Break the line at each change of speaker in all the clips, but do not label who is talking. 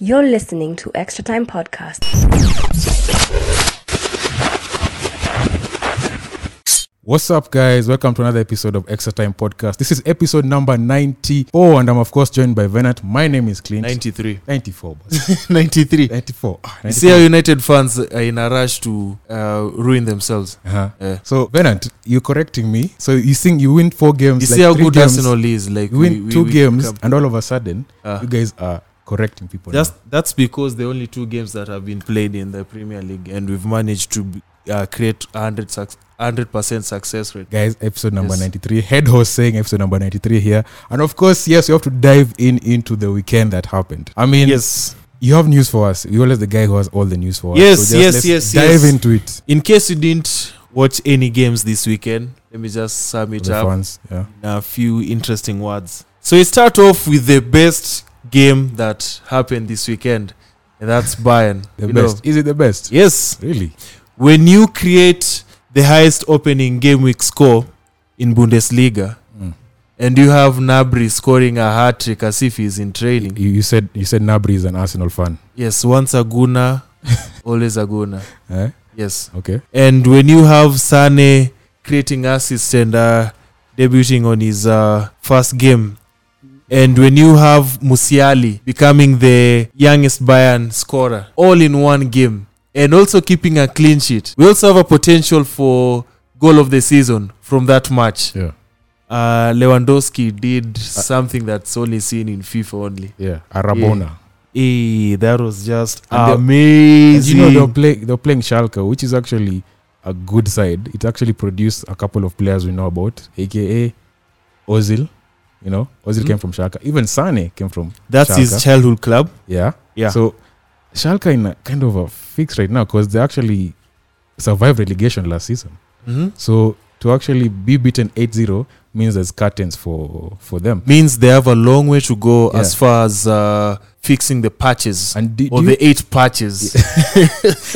You're listening to Extra Time Podcast.
What's up, guys? Welcome to another episode of Extra Time Podcast. This is episode number 94, and I'm, of course, joined by Venant. My name is Clint.
93
94. boss.
93
94. Ah,
You
94.
see how united fans are in a rush to uh, ruin themselves
Uh-huh.
Yeah.
So, Venant, you're correcting me. So, you think you win four games.
you
like
see how
three
good
games,
arsenal is like
You win two games,
come-
and all of a sudden,
Ah.
you guys are correcting people.
that's
now.
that's because the only two games that have been played in the premier league and we've managed to be- uh, create 100 suc 100% success rate
Guys, episode number
Yes.
93. Head host saying episode number 93 here. And of course, yes, we have to dive in into the weekend that happened. I mean,
yes
you have news for us. You're always the guy who has all the news for
Yes,
us.
yes,
let's
yes,
Dive
yes.
into it.
in case you didn't watch any games this weekend let me just sum
for
it
the
up
fans. Yeah.
in a few interesting words. So we start off with the best game that happened this weekend, and that's Bayern.
The
You know,
best. Is it the best?
yes,
Really?
when you create the highest opening game week score in Bundesliga,
Mm.
and you have Nabri scoring a hat trick as if he's in training.
You, you said you said Nabri is an Arsenal fan.
Yes, once a Guna, always a Guna.
Eh?
Yes,
Okay.
and when you have Sane creating assists and uh, debuting on his uh, first game, and when you have Musiali becoming the youngest Bayern scorer all in one game, and also keeping a clean sheet, we also have a potential for goal of the season from that match.
Yeah.
Uh, Lewandowski did something that's only seen in FIFA only.
Yeah. Arabona.
Hey, that was just
And the- And
amazing.
You know they're playing they're playing Schalke, which is actually a good side. It actually produced a couple of players we know about, aka Ozil. You know, Ozil
Mm.
came from Schalke. Even Sane came from
that's his
Schalke.
childhood club.
Yeah.
Yeah.
So Schalke in a kind of a fix right now because they actually survived relegation last season.
Mm-hmm.
So to actually be beaten 8-0 means there's curtains for for them.
means they have a long way to go
Yeah.
as far as uh, fixing the patches
And do,
or
do you,
the eight patches.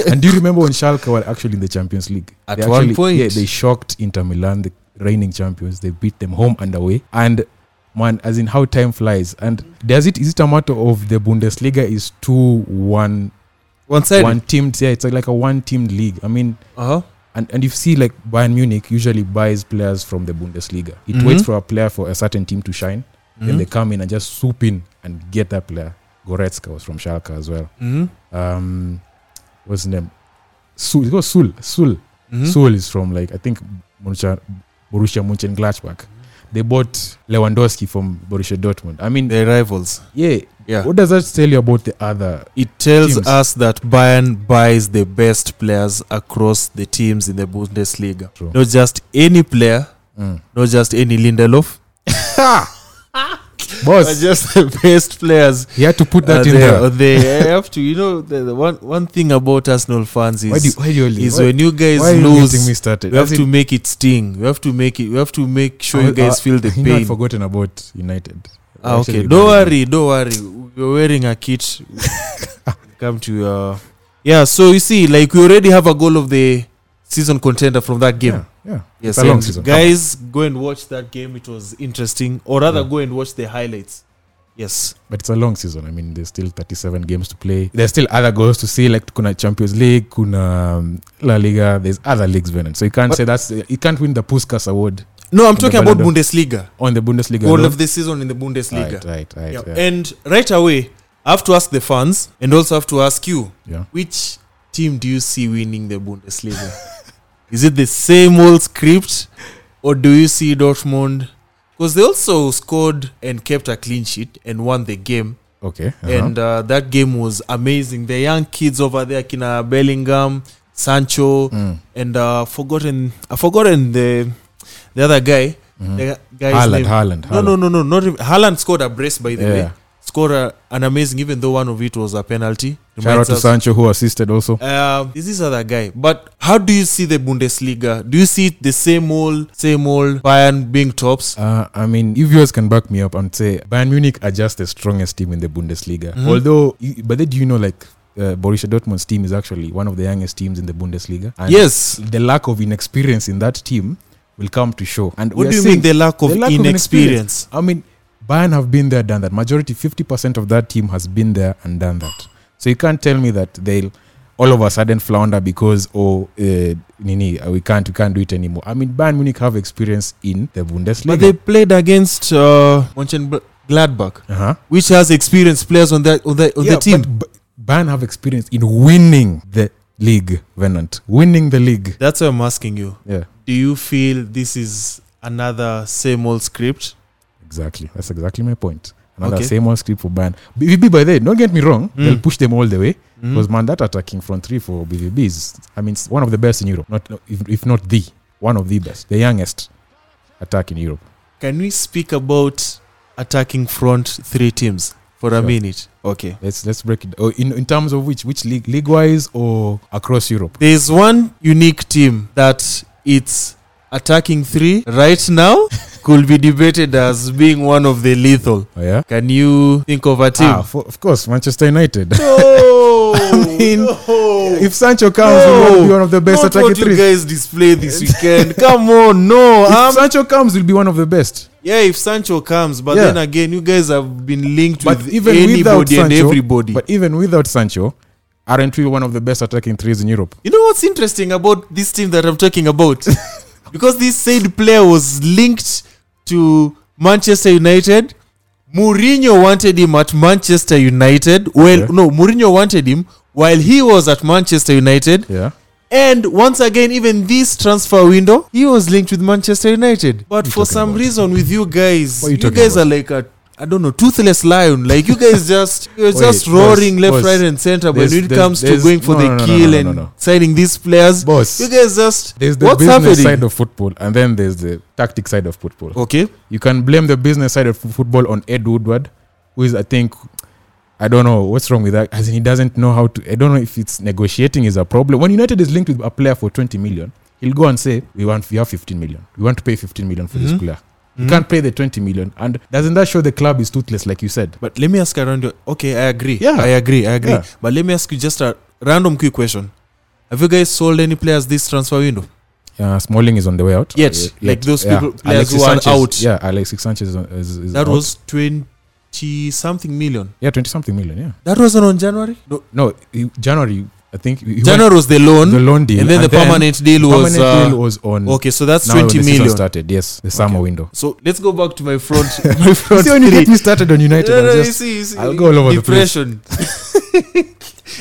and do you remember when Schalke were actually in the Champions League?
At
They
one
actually-
point.
yeah, they shocked Inter Milan, the reigning champions. They beat them home and away. And man, as in how time flies. And does it is it a matter of the Bundesliga is two one
One side.
one teamed? Yeah, it's like a one teamed league. I mean,
Uh-huh.
and and you see like Bayern Munich usually buys players from the Bundesliga. It
Mhm.
waits for a player for a certain team to shine, then
Mhm.
they come in and just swoop in and get that player. Goretzka was from Schalke as well.
Mhm.
Um, what's his name? Sul. It was Sul. Sul.
Mhm.
Sul is from like I think Borussia, Borussia Mönchengladbach. They bought Lewandowski from Borussia Dortmund. I mean,
They're rivals.
yeah.
Yeah.
What does that tell you about the other?
It tells
Teams.
us that Bayern buys the best players across the teams in the Bundesliga.
True.
Not just any player,
Mm.
not just any Lindelof, but
Boss,
just the best players.
he had to put that
Uh,
in
they,
there.
they have to, you know, the, the one, one thing about Arsenal fans
Why do you,
is,
why do you
is
why,
when you guys
why are you getting
lose,
me started?
We have
That's
to make it sting. We have to make it. We have to make sure you
Oh,
guys
uh,
feel the
you know, I'd
pain.
forgotten about United.
Ah, okay,
Actually,
don't
United.
worry, don't worry. We're wearing a kit. Come to uh, yeah. So you see, like we already have a goal of the season contender from that game.
Yeah, yeah. It's
Yes,
a long
and
season.
guys, go and watch that game. It was interesting, or rather,
Yeah.
go and watch the highlights. Yes,
But it's a long season. I mean, there's still 37 games to play. There's still other goals to see, like kuna Champions League, kuna um, La Liga. There's other leagues, Venant. So you can't
But-
say that's you can't win the Puskas Award
no, I'm
the
talking about
Ballon d'Or.
Bundesliga.
on the Bundesliga.
Goal
alone.
of the season in the
Right,
Bundesliga.
right, right.
Yeah.
Yeah.
And right away, I have to ask the fans, and also have to ask you.
Yeah.
Which team do you see winning the Bundesliga? Is it the same old script, or do you see Dortmund? Because they also scored and kept a clean sheet and won the game,
Okay. uh-huh.
and uh, that game was amazing. The young kids over there, Kina Bellingham, Sancho,
Mm,
and uh, forgotten, I forgotten the the other guy.
mhm.
The guy's
Haaland,
name.
Haaland,
No, no, no, no, not even. Haaland scored a brace, by the
Yeah.
way. Scored a, an amazing, even though one of it was a penalty.
Shout out
Reminds
to
us-
Sancho who assisted also.
um, is this other guy. But how do you see the Bundesliga? Do you see it the same old, same old Bayern being tops?
Uh, I mean, you viewers can back me up and say Bayern Munich are just the strongest team in the Bundesliga.
Mhm.
Although, you- but then do you know like uh, Borussia Dortmund's team is actually one of the youngest teams in the Bundesliga? And
yes.
The lack of inexperience in that team will come to show. And we
What
are
do you
seeing-
mean the lack of
the lack of
inexperience?
I mean, Bayern have been there, done that. Majority, 50% of that team has been there and done that. So you can't tell me that they'll all of a sudden flounder because oh uh, nini uh, we can't we can't do it anymore. I mean Bayern Munich have experience in the Bundesliga.
But they played against uh, Mönchen Gladbach,
uh-huh.
which has experienced players on that on the, on
Yeah,
the team.
But, B- Bayern have experience in winning the league, Venant. Winning the league.
That's why I'm asking you.
Yeah,
Do you feel this is another same old script?
exactly. That's exactly my point. Another
Okay. Mm.
same old script for Bayern. BVB by the way, don't get me wrong, they'll push them all the way.
Mhm.
Because man, that attacking front three for BVB is, I mean, it's one of the best in Europe. Not if, if not the one of the best, the youngest attack in Europe.
Can we speak about attacking front three teams for a
Sure.
minute? Okay.
Let's let's break it. Oh, in in terms of which which league, league wise or across Europe?
There's one unique team that it's attacking three right now could be debated as being one of the lethal.
Oh yeah.
Can you think of a team?
Ah, for, of course, Manchester United.
No,
I mean,
no.
if Sancho comes,
No.
we'll be one of the best
Not
attacking
what you
threes.
guys display this weekend. Come on, no.
if
Um,
Sancho comes, we'll be one of the best.
yeah, if Sancho comes, but
Yeah.
then again, you guys have been linked
But
with
even without
anybody and
Sancho,
everybody.
But even without Sancho, aren't we one of the best attacking threes in Europe?
you know what's interesting about this team that I'm talking about? because this said player was linked to Manchester United. Mourinho wanted him at Manchester United. Well,
Okay.
no, Mourinho wanted him while he was at Manchester United.
Yeah.
And once again, even this transfer window, he was linked with Manchester United. But
you
for
talking
some
about?
reason, with you guys,
What are
you,
you talking
guys
about?
are like a I don't know toothless lion. Like you guys just you're
Wait,
just
boss,
roaring left,
boss,
right, and center. But
there's-
when it
there's-
comes to
there's-
going for
no,
the
no, no, no, no,
kill
no,
and
no.
signing these players,
Boss.
you guys just
There's the
what's
business
happening?
side of football, and then there's the tactic side of football.
okay,
You can blame the business side of football on Ed Woodward, who is, I think, I don't know what's wrong with that. As in, he doesn't know how to. I don't know if it's negotiating is a problem. When United is linked with a player for 20 million, he'll go and say, "We want, we have 15 million. We want to pay 15 million for
Mhm.
this player. You can't pay the 20 million, and doesn't that show the club is toothless, like you said?
But let me ask a random. Okay, I agree.
Yeah.
I agree. I agree.
Yeah.
But let me ask you just a random quick question: Have you guys sold any players this transfer window?
Uh, Smalling is on the way out.
Yet,
Uh,
like
yet,
those
yeah.
people- players who
Alexis
are
Sanchez,
out.
Yeah, Alexis Sanchez is, is, is
That
out.
was twenty something million.
yeah 20 something million. Yeah,
That wasn't on January. No,
no, he- January. I think he- he went-
January was the loan,
the loan deal,
and then the permanent deal was.
permanent
uh,
deal was on
okay, so that's
now when
twenty
the season
million.
started. Yes, the summer window.
So let's go back to my front. my
You
front
see, when you
three.
get me started on United,
No,
I'm
no, you
just-
see, you see,
I'll go all over the place.
depression. anyway,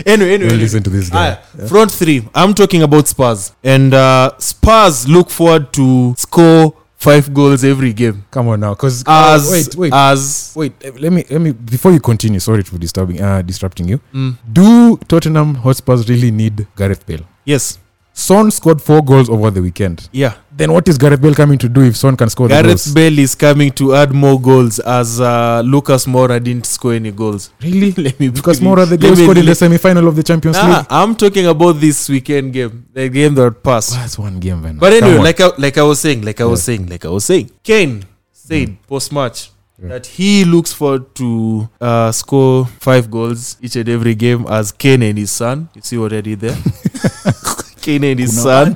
anyway,
don't
anyway.
listen to this guy.
Ah, front three. I'm talking about Spurs, and uh, Spurs look forward to score five goals every game.
Come on now, because
As
Oh, wait, wait,
as
wait. eh, Let me, let me. Before you continue, sorry for disturbing, uh, disrupting you.
Mm.
Do Tottenham Hotspurs really need Gareth Bale?
yes,
Son scored four goals over the weekend.
yeah.
Then what is Gareth Bale coming to do if Son can score the
Gareth
goals?
Bale is coming to add more goals as uh, Lucas Moura didn't score any goals.
Really?
Let me
Because
let me-
Mora the
let
goal
me-
scored in the semi-final of the Champions
Nah,
League.
I'm talking about this weekend game, the game that passed.
That's one game, man.
But
Come
anyway,
on.
like I, like I was saying, like I was
Yeah. Mm.
saying, like I was saying, Kane said post match
Yeah.
that he looks forward to uh, score five goals each and every game as Kane and his son. You see what I did there? Kane and his
Kuna
son.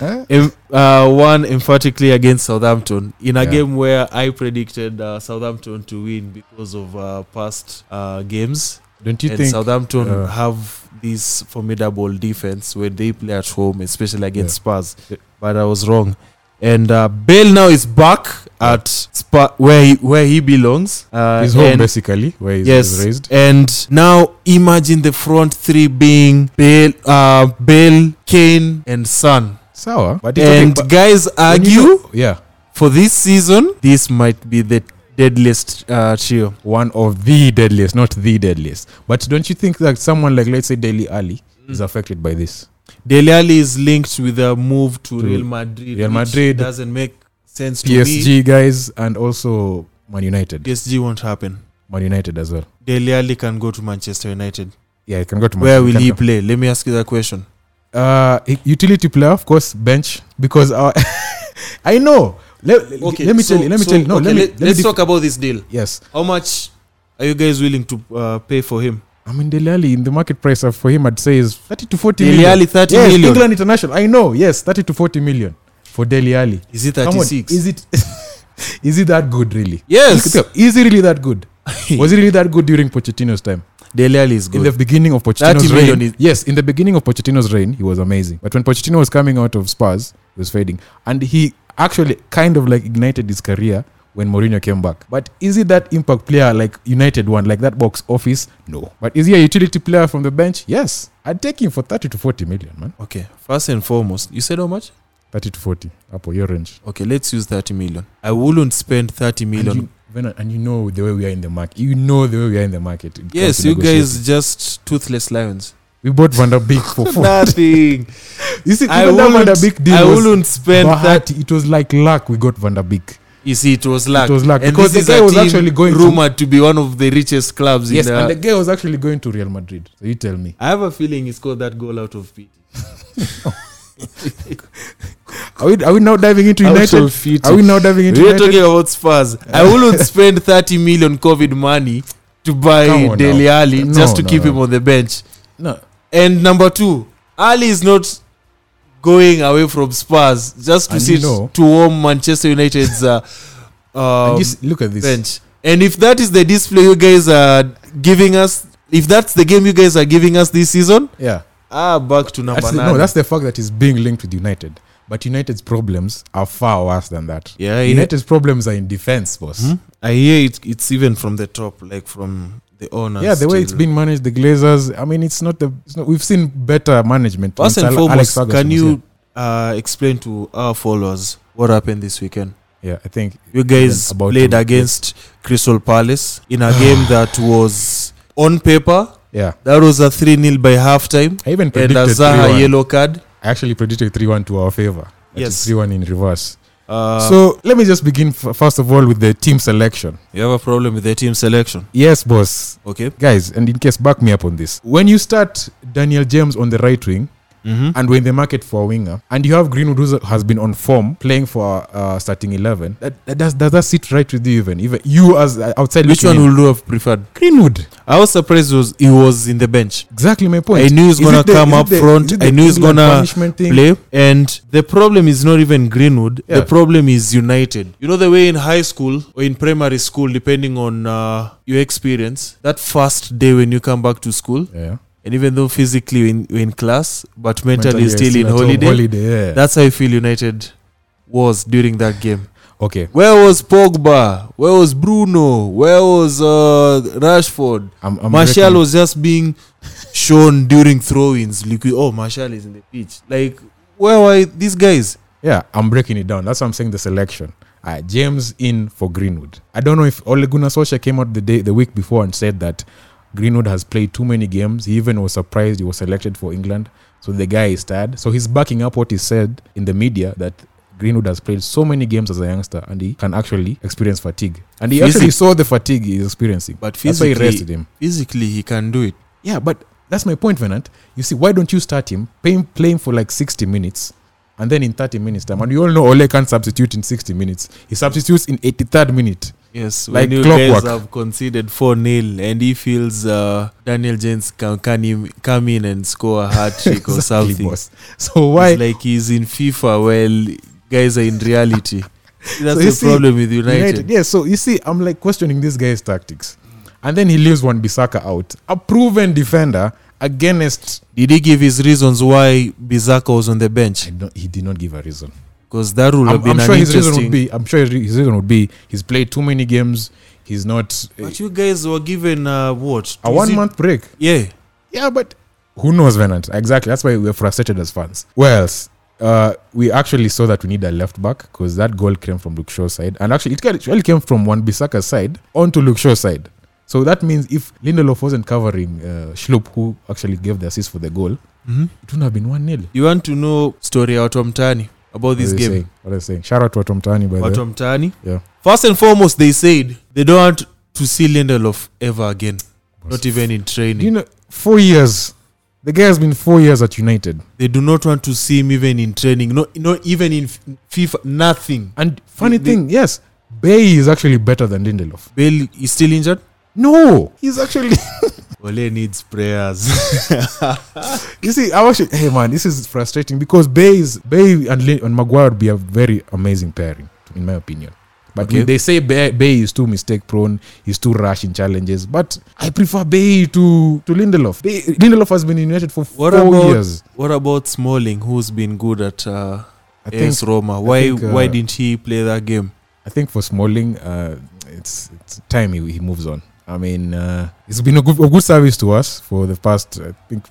Eh?
Em- uh, one emphatically against Southampton in a
Yeah.
game where I predicted uh, Southampton to win because of uh, past uh, games.
don't you
and
think?
Southampton
uh,
have this formidable defense when they play at home, especially against Spurs.
Yeah.
But I was wrong. And uh, Bale now is back at Spa- where he, where he belongs. Uh,
His home
and-
basically, where he's,
yes,
he's raised.
and now imagine the front three being Bale, uh, Bale, Kane, and Son.
Sour, but it's okay,
And
but
guys
when
argue
know- yeah,
for this season, this might be the deadliest uh, trio.
one of the deadliest, not the deadliest. But don't you think that someone like let's say Deli Ali
Mm.
is affected by this?
Dele Alli is linked with a move to,
To
Real Madrid.
Real
which
Madrid.
doesn't make sense to me.
PSG guys and also Man United,
PSG won't happen.
Man United as well.
Dele Alli can go to Manchester United.
Yeah, you can go to Man
Where
City,
will
can
he
come.
play? Let me ask you that question.
Uh, i- utility player, of course, bench because our I know. Let, let me tell you. Let me tell you. No, let me. let me
us
def-
talk about this deal.
Yes,
How much are you guys willing to uh, pay for him?
I mean Deli Ali in the market price of- for him, I'd say is thirty to forty
Dele
million.
Alli, 30
yes,
million.
England international. I know. Yes, thirty to forty million for Deli Ali.
Is it
Come on,
36?
Is it? Is he that good, really? Look
Yes.
it up. Is he really that good? Was he really that good during Pochettino's time?
Dele Alli is good.
In the beginning of
30
Pochettino's
million
reign,
is-
yes, in the beginning of Pochettino's reign, he was amazing. But when Pochettino was coming out of Spurs, he was fading, and he actually kind of like ignited his career when Mourinho came back. But is he that impact player like United one, like that box office? No. But is he a utility player from the bench? Yes. I'd take him for thirty to forty million, man.
okay, first and foremost, you said how much?
Thirty to forty, upper your range.
Okay, let's use 30 million. I wouldn't spend 30 million.
And you, Venom, and you know the way we are in the market. You know the way we are in the market. when it comes
yes,
to
you
negotiating.
guys just toothless lions.
We bought Van der Beek for four.
Nothing.
you see,
I
even that Van der
wouldn't,
Beek deal
I
was-
wouldn't spend that.
Bahati, it was like luck we got Van der Beek.
You see, it was luck.
It was luck.
And
Because
this
the guy
is a
was
team
actually going to-
rumored to, be one of the richest clubs
Yes,
in
and
the.
the guy was actually going to Real Madrid. So you tell me.
I have a feeling he scored that goal out of pity.
Are we, are we now diving into
Out
United?
of pity.
Are we now diving into
We're
United?
talking about Spurs. I wouldn't spend 30 million COVID money to
Come
buy
on
Dele
now.
Alli
No,
just to
no,
keep
no.
him on the bench.
No.
And number two, Ali is not going away from Spurs just to
And
sit
you know-
to warm Manchester United's uh, um,
And just look at this.
bench. And if that is the display you guys are giving us, if that's the game you guys are giving us this season,
Yeah.
ah, back to number
That's the,
nine.
no, that's the fact that he's being linked with United. But United's problems are far worse than that.
yeah, I hear,
United's problems are in defense, boss.
Hmm? I hear it, it's even from the top, like from the owners.
Yeah, the way it's
till-
been managed, the Glazers. I mean, it's not the. It's not, we've seen better management.
First
when
and
Sal- Alex
foremost,
Ferguson
can
was
you uh, explain to our followers what happened this weekend?
here. Yeah, I think
You guys
Yeah, about
played
to-
against Crystal Palace in a game that was on paper.
Yeah,
That was a 3 0 by halftime.
I even
And
predicted
a Zaha
3-1.
yellow card.
I actually predicted 3 1 to our favor. That
Yes.
3 1 in reverse.
Uh,
so let me just begin f- first of all with the team selection.
you have a problem with the team selection.
Yes, boss.
Okay.
Guys, and in case, back me up on this. When you start Daniel James on the right wing,
Mm-hmm.
and we're in the market for a winger, and you have Greenwood who has been on form playing for uh, starting 11, that, that does, does that sit right with you, even? even you as uh, outside
Which
looking
one
in?
would you have preferred?
Greenwood.
I was surprised was he was in the bench.
Exactly my point.
I knew he's
Is
gonna
it the-
come
is it
up
the-
front.
is it
I
the
knew he's
England
gonna
punishment thing?
play. And the problem is not even Greenwood. The
Yeah.
problem is United. You know the way in high school or in primary school, depending on uh, your experience, that first day when you come back to school,
Yeah.
and even though physically you're in, you're in class, but mentally,
Mentally,
you're still, in
at home,
holiday.
holiday yeah.
That's how I feel United was during that game.
Okay,
Where was Pogba? Where was Bruno? Where was uh, Rashford?
I'm, I'm
Martial
reckoning-
was just being shown during throw-ins. Like, oh, Martial is in the pitch. Like, where were these guys?
Yeah, I'm breaking it down. That's why I'm saying the selection. Uh, James in for Greenwood. I don't know if Ole Gunnar Solskjaer came out the day the week before and said that Greenwood has played too many games. He even was surprised he was selected for England. So the guy is tired. So he's backing up what he said in the media that Greenwood has played so many games as a youngster and he can actually experience fatigue. And he actually
Physic-
saw the fatigue he's experiencing.
But
That's why he
physically,
rested him.
physically he can do it.
Yeah, but that's my point, Venant. You see, why don't you start him, pay him, play him for like 60 minutes, and then in 30 minutes time, and you all know Ole can't substitute in 60 minutes. He substitutes in 83rd minute.
Yes,
Like
when you
clockwork.
guys have conceded four 0 and he feels uh, Daniel James can can him, come in and score a hat trick or
Exactly,
something.
boss. So
Why?
why?
It's like he's in FIFA. Well, guys are in reality. That's
you
the
see,
problem with United.
Yeah, so you see, I'm like questioning this guy's tactics, and then he leaves one Bissaka out, a proven defender against.
Did he give his reasons why Bizaka was on the
I
bench?
don't, he did not give a reason.
Because that would have
I'm,
been
I'm
an
sure his
interesting.
reason would be. I'm sure his re- his reason would be he's played too many games. He's not uh,
But you guys were given uh, what?
a
Is
one
it-
month break.
Yeah.
Yeah, but who knows, Venant? Exactly. That's why we're frustrated as fans. Well, else? Uh, we actually saw that we need a left back because that goal came from Luke Shaw's side, and actually it actually came from one Bissaka's side onto Luke Shaw's side. So that means if Lindelof wasn't covering uh, Schlupp, who actually gave the assist for the goal, it wouldn't have been one 0
You want to know story out of Mtani about this game?
Saying? What are they saying? Shout out to Atom Tani, by
Out
the way.
of Mtani?
Yeah.
First and foremost, they said they don't want to see Lindelof ever again. Not even in training.
You know, four years. The guy has been four years at United,
they do not want to see him even in training. No, not even in f- FIFA. Nothing.
and funny
The- the-
thing, yes, Bay is actually better than Lindelof.
Bale is still injured.
No, he's actually.
Ole needs prayers.
you see, I actually. Hey man, this is frustrating because Bay is Bay and, Lin- and Maguire would be a very amazing pairing, in my opinion. But
Okay.
we- they say Bay, Bay is too mistake prone, he's too rash in challenges. But I prefer Bay to, to Lindelof. They, Lindelof has been in United for
What
four
about-
years.
What about Smalling, who's been good at uh,
I think,
AS Roma? Why
think, uh,
why didn't he play that game?
I think for Smalling, uh, it's, it's time he, he moves on. I mean, uh, it's been a good, a good service to us for the past, I think,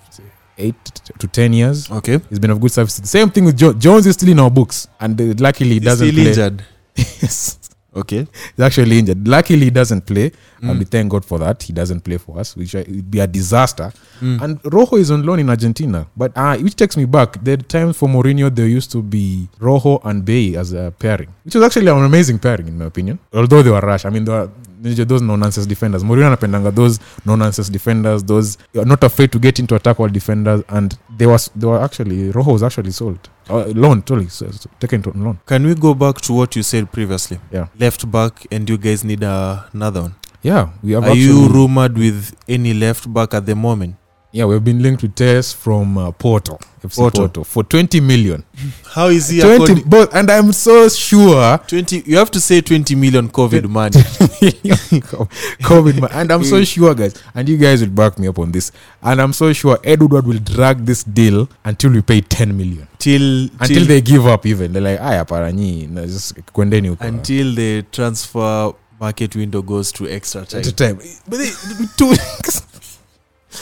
eight to ten years.
Okay,
He's been of good service. The same thing with jo- Jones is still in our books, and uh, luckily he
He's
doesn't
still
play.
injured.
Yes.
Okay,
He's actually injured. Luckily, he doesn't play, and
Mm.
we thank God for that. He doesn't play for us, which uh, would be a disaster.
Mm.
Mm-hmm. And Rojo is on loan in Argentina, but uh, which takes me back. The times for Mourinho, there used to be Rojo and Bay as a pairing, which was actually an amazing pairing in my opinion. Although they were rash, I mean, they were these are those no-nonsense defenders. Mourinho anapendanga those no-nonsense defenders, those who are not afraid to get into attack all defenders, and they was they were actually Rojo was actually sold, uh, loan, totally so, so, taken to loan.
Can we go back to what you said previously?
Yeah.
Left back, and you guys need uh, another one.
Yeah, we have.
Are you
actually-
rumored with any left back at the moment?
Yeah, we've been linked to Tess from uh, Porto, FC
Porto.
Porto. for 20 million.
How is he?
20,
according-
both, and I'm so sure
20 you have to say 20 million COVID money.
COVID, man, and I'm so sure, guys, and you guys will back me up on this. And I'm so sure Ed Woodward will drag this deal until we pay 10 million,
till
until they give up. Even they're like, "Aya, paranyi, na just kwendeni huko."
until the transfer market window goes to extra time.
At a time, but they, two weeks,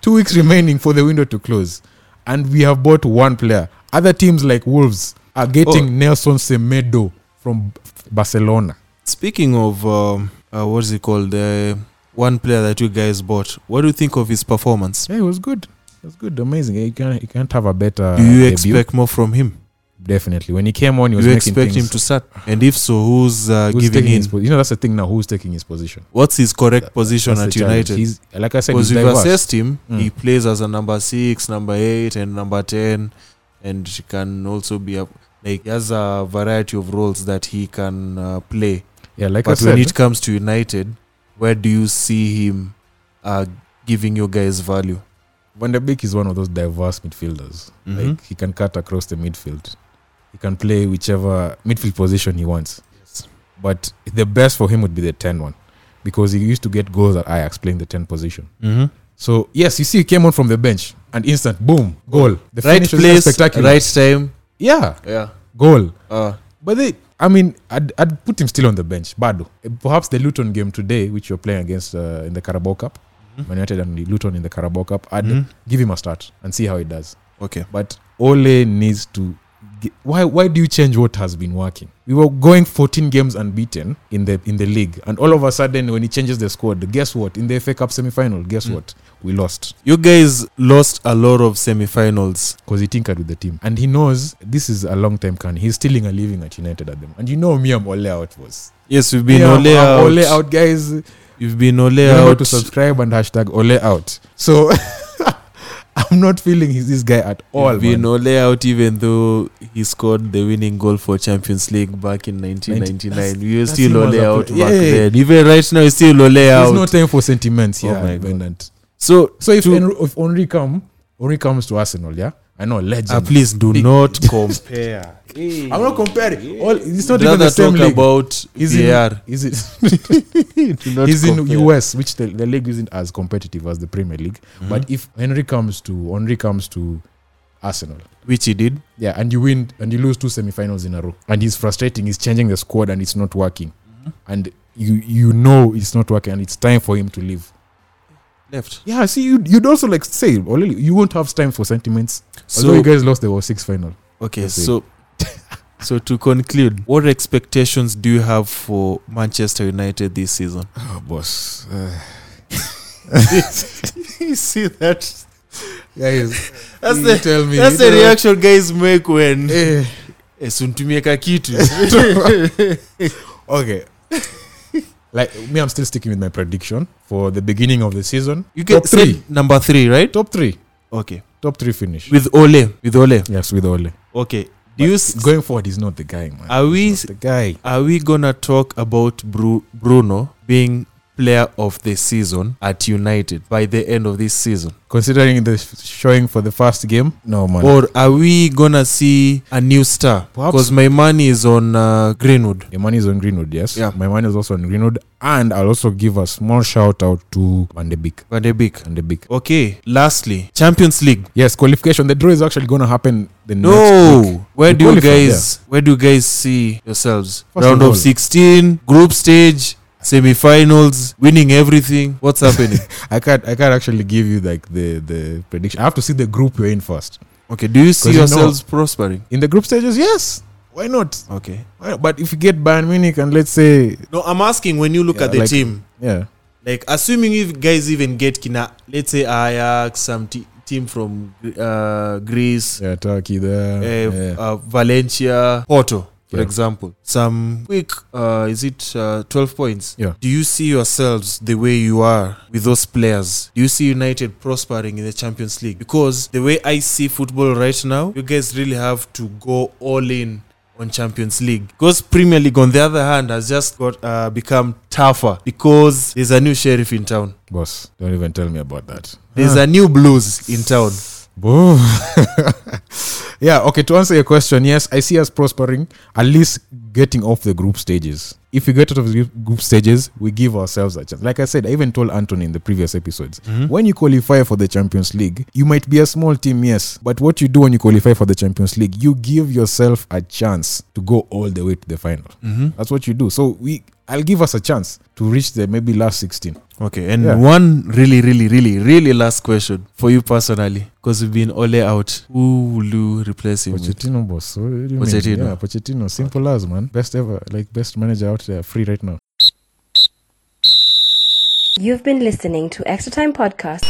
two weeks remaining for the window to close, and we have bought one player. Other teams like Wolves are getting
Oh.
Nelson Semedo from Barcelona.
Speaking of um, uh, what is it called? The one player that you guys bought. What do you think of his performance?
Yeah, it was good. It was good, amazing. You can't, you can't have a better.
do you
Uh, debut.
expect more from him?
Definitely. When he came on, he
Do
was
you
making
expect him
things.
to start? And if so, who's, uh,
who's
giving
taking
in?
his po- you know, that's the thing now. Who's taking his position?
What's his correct position
That's
at
the challenge.
United?
He's like I said,
Because
he's
we've
diverse.
assessed him.
Mm.
He plays as a number six, number eight, and number ten, and he can also be a like he has a variety of roles that he can uh, play.
Yeah, like I
but when
said,
it comes to United, where do you see him uh, giving you guys value?
Van der Beek is one of those diverse midfielders.
Mm-hmm.
Like he can cut across the midfield. He can play whichever midfield position he wants.
Yes.
But the best for him would be the 10 one because he used to get goals at Ajax playing the 10 position. So, yes, you see, he came on from the bench and instant boom, goal. The
Right
finish was just
place, right time.
Yeah,
Yeah.
goal.
Uh,
But they, I mean, I'd, I'd put him still on the bench. Bado. Eh, Perhaps the Luton game today, which you're playing against uh, in the Carabao Cup,
Mhm.
Man United and Luton in the Carabao Cup, I'd
Mhm.
give him a start and see how he does.
Okay.
But Ole needs to. Get, why? Why do you change what has been working? We were going 14 games unbeaten in the in the league, and all of a sudden, when he changes the squad, guess what? In the FA Cup semi-final, guess
Mm.
what? We lost
You guys lost a lot of semifinals.
because he tinkered with the team, and he knows this is a long time coming. He's stealing a living at United at them, and you know me, I'm Ole out was.
Yes, we've been
Me, I'm-
Ole
I'm
out.
Ole out, guys.
You've been Ole
Remember
out.
to subscribe and hashtag Ole out. So. I'm not feeling he's this guy at all.
You've been
man.
Ole out even though he scored the winning goal for Champions League back in 1999.
That's-
We were
that's
still
him as
Ole
a
out
player.
back
Yeah.
then. Even right now, he's still Ole
There's
out.
no time for sentiments
Oh
here.
my God.
Bernard.
so
So if,
To-
Enri- if Henri come, Henri comes to Arsenal, yeah, I know legend.
uh, please do
Big-
not compare.
I'm not comparing. All it's not
Rather
even the same
talk
league.
about
He's
VAR.
in, is it?
Do not
he's in
compare.
US, which the, the league isn't as competitive as the Premier League. But
Mm-hmm.
if Henry comes to Henry comes to Arsenal,
which he did.
yeah, and you win and you lose two semifinals in a row, and he's frustrating. He's changing the squad and it's not working,
Mm-hmm.
and you you know it's not working, and it's time for him to leave.
Left.
Yeah, see, you'd, you'd also like say, Olele, you won't have time for sentiments. Although
So
you guys lost the World Six final.
okay,
That's it.
so so to conclude, what expectations do you have for Manchester United this season?
Oh, boss.
Uh, you see that?
guys,
That's
you
the-
tell me.
That's
you
the
know,
reaction guys make when
eh,
suntumie ka kitu
okay. like me, I'm still sticking with my prediction for the beginning of the season.
you get
top three,
said number three right
top three,
okay
top three finish.
with ole with ole
yes, with Ole.
okay do
But
you s-
going forward, he's not the guy, man.
are we
He's not the guy.
are we gonna talk about Bru- bruno being player of the season at United by the end of this season?
Considering the sh- showing for the first game, no man.
Or are we gonna see a new star?
Perhaps-
Because my money is on uh, Greenwood.
Your money is on Greenwood, yes.
Yeah.
My money is also on Greenwood, and I'll also give a small shout out to Van de Beek.
Van de Beek.
Van de Beek.
Okay. Lastly, Champions League.
Yes, qualification. The draw is actually going to happen the next week.
No. Where
We
do you
qualified,
guys where do you guys see yourselves?
First
Round
of all-
of 16, group stage, semi-finals, winning everything. What's happening?
I can't. I can't actually give you like the the prediction. I have to see the group you're in first.
okay, do you see
'Cause you know-
yourselves prospering?
In the group stages, yes. Why not?
Okay.
Why- But if you get Bayern Munich and let's say,
No, I'm asking when you look
Yeah,
at the
like-
team,
yeah,
like assuming you guys even get Kina, let's say Ajax, some t- team from uh, Greece,
yeah, Turkey there,
uh,
yeah.
uh, Valencia, Porto, for
Yeah.
example, some quick, uh, is it uh, 12 points?
Yeah.
Do you see yourselves the way you are with those players? Do you see United prospering in the Champions League? Because the way I see football right now, you guys really have to go all in. On Champions League, because Premier League, on the other hand, has just got uh, become tougher because there's a new sheriff in town.
boss. Don't even tell me about that.
There's a new blues in town.
Boo. yeah, okay, to answer your question, yes, I see us prospering, at least getting off the group stages. If we get out of the group stages, we give ourselves a chance. Like I said, I even told Anthony in the previous episodes when you qualify for the Champions League, you might be a small team, yes, but what you do when you qualify for the Champions League, you give yourself a chance to go all the way to the final. That's what you do. So we. I'll give us a chance to reach the maybe last 16.
Okay, and
Yeah.
one really, really, really, really last question for you personally, because we've been all out. Who will you replace him with?
Pochettino, boss. What do you mean?
Pochettino.
Yeah, Pochettino. Simple as, man. Best ever. Like, best manager out there, free right now.
You've been listening to Extra Time Podcast.